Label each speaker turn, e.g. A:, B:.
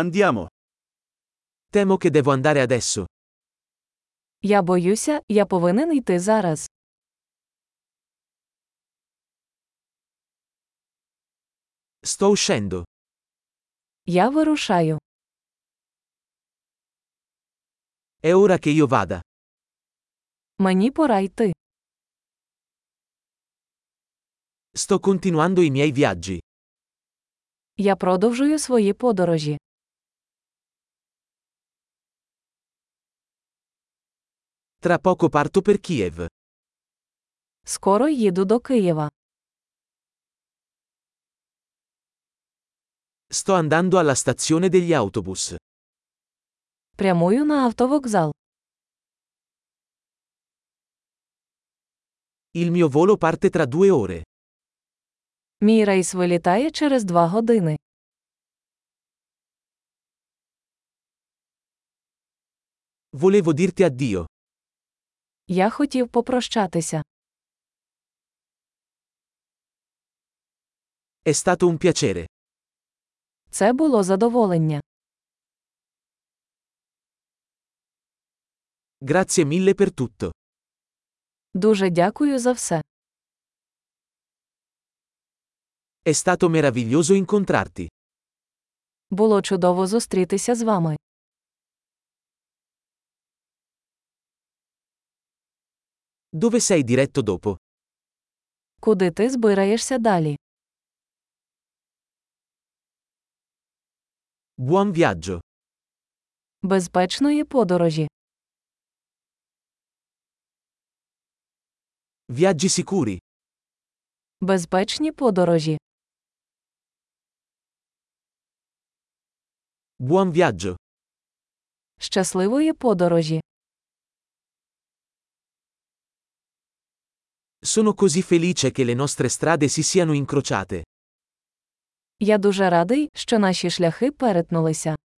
A: Andiamo. Temo che devo andare adesso.
B: Я боюся, я повинен йти зараз.
A: Sto uscendo.
B: Я вирушаю.
A: È ora che io vada.
B: Мені пора йти.
A: Sto continuando i miei viaggi.
B: Я продовжую свої подорожі.
A: Tra poco parto per Kiev.
B: Скоро їду до Києва.
A: Sto andando alla stazione degli autobus.
B: Прямую на автовокзал.
A: Il mio volo parte tra due ore.
B: Мій рейс вилітає через два години.
A: Volevo dirti addio.
B: Я хотів попрощатися.
A: È stato un piacere.
B: Це було задоволення.
A: Grazie mille per tutto.
B: Дуже дякую за все.
A: È stato meraviglioso incontrarti.
B: Було чудово зустрітися з вами.
A: Dove sei diretto dopo?
B: Куди ти збираєшся далі?
A: Buon viaggio.
B: Безпечної подорожі.
A: Viaggi sicuri.
B: Безпечні подорожі.
A: Buon viaggio.
B: Щасливої подорожі.
A: Sono così felice che le nostre strade si siano incrociate.
B: Я дуже радий, що наші шляхи перетнулися.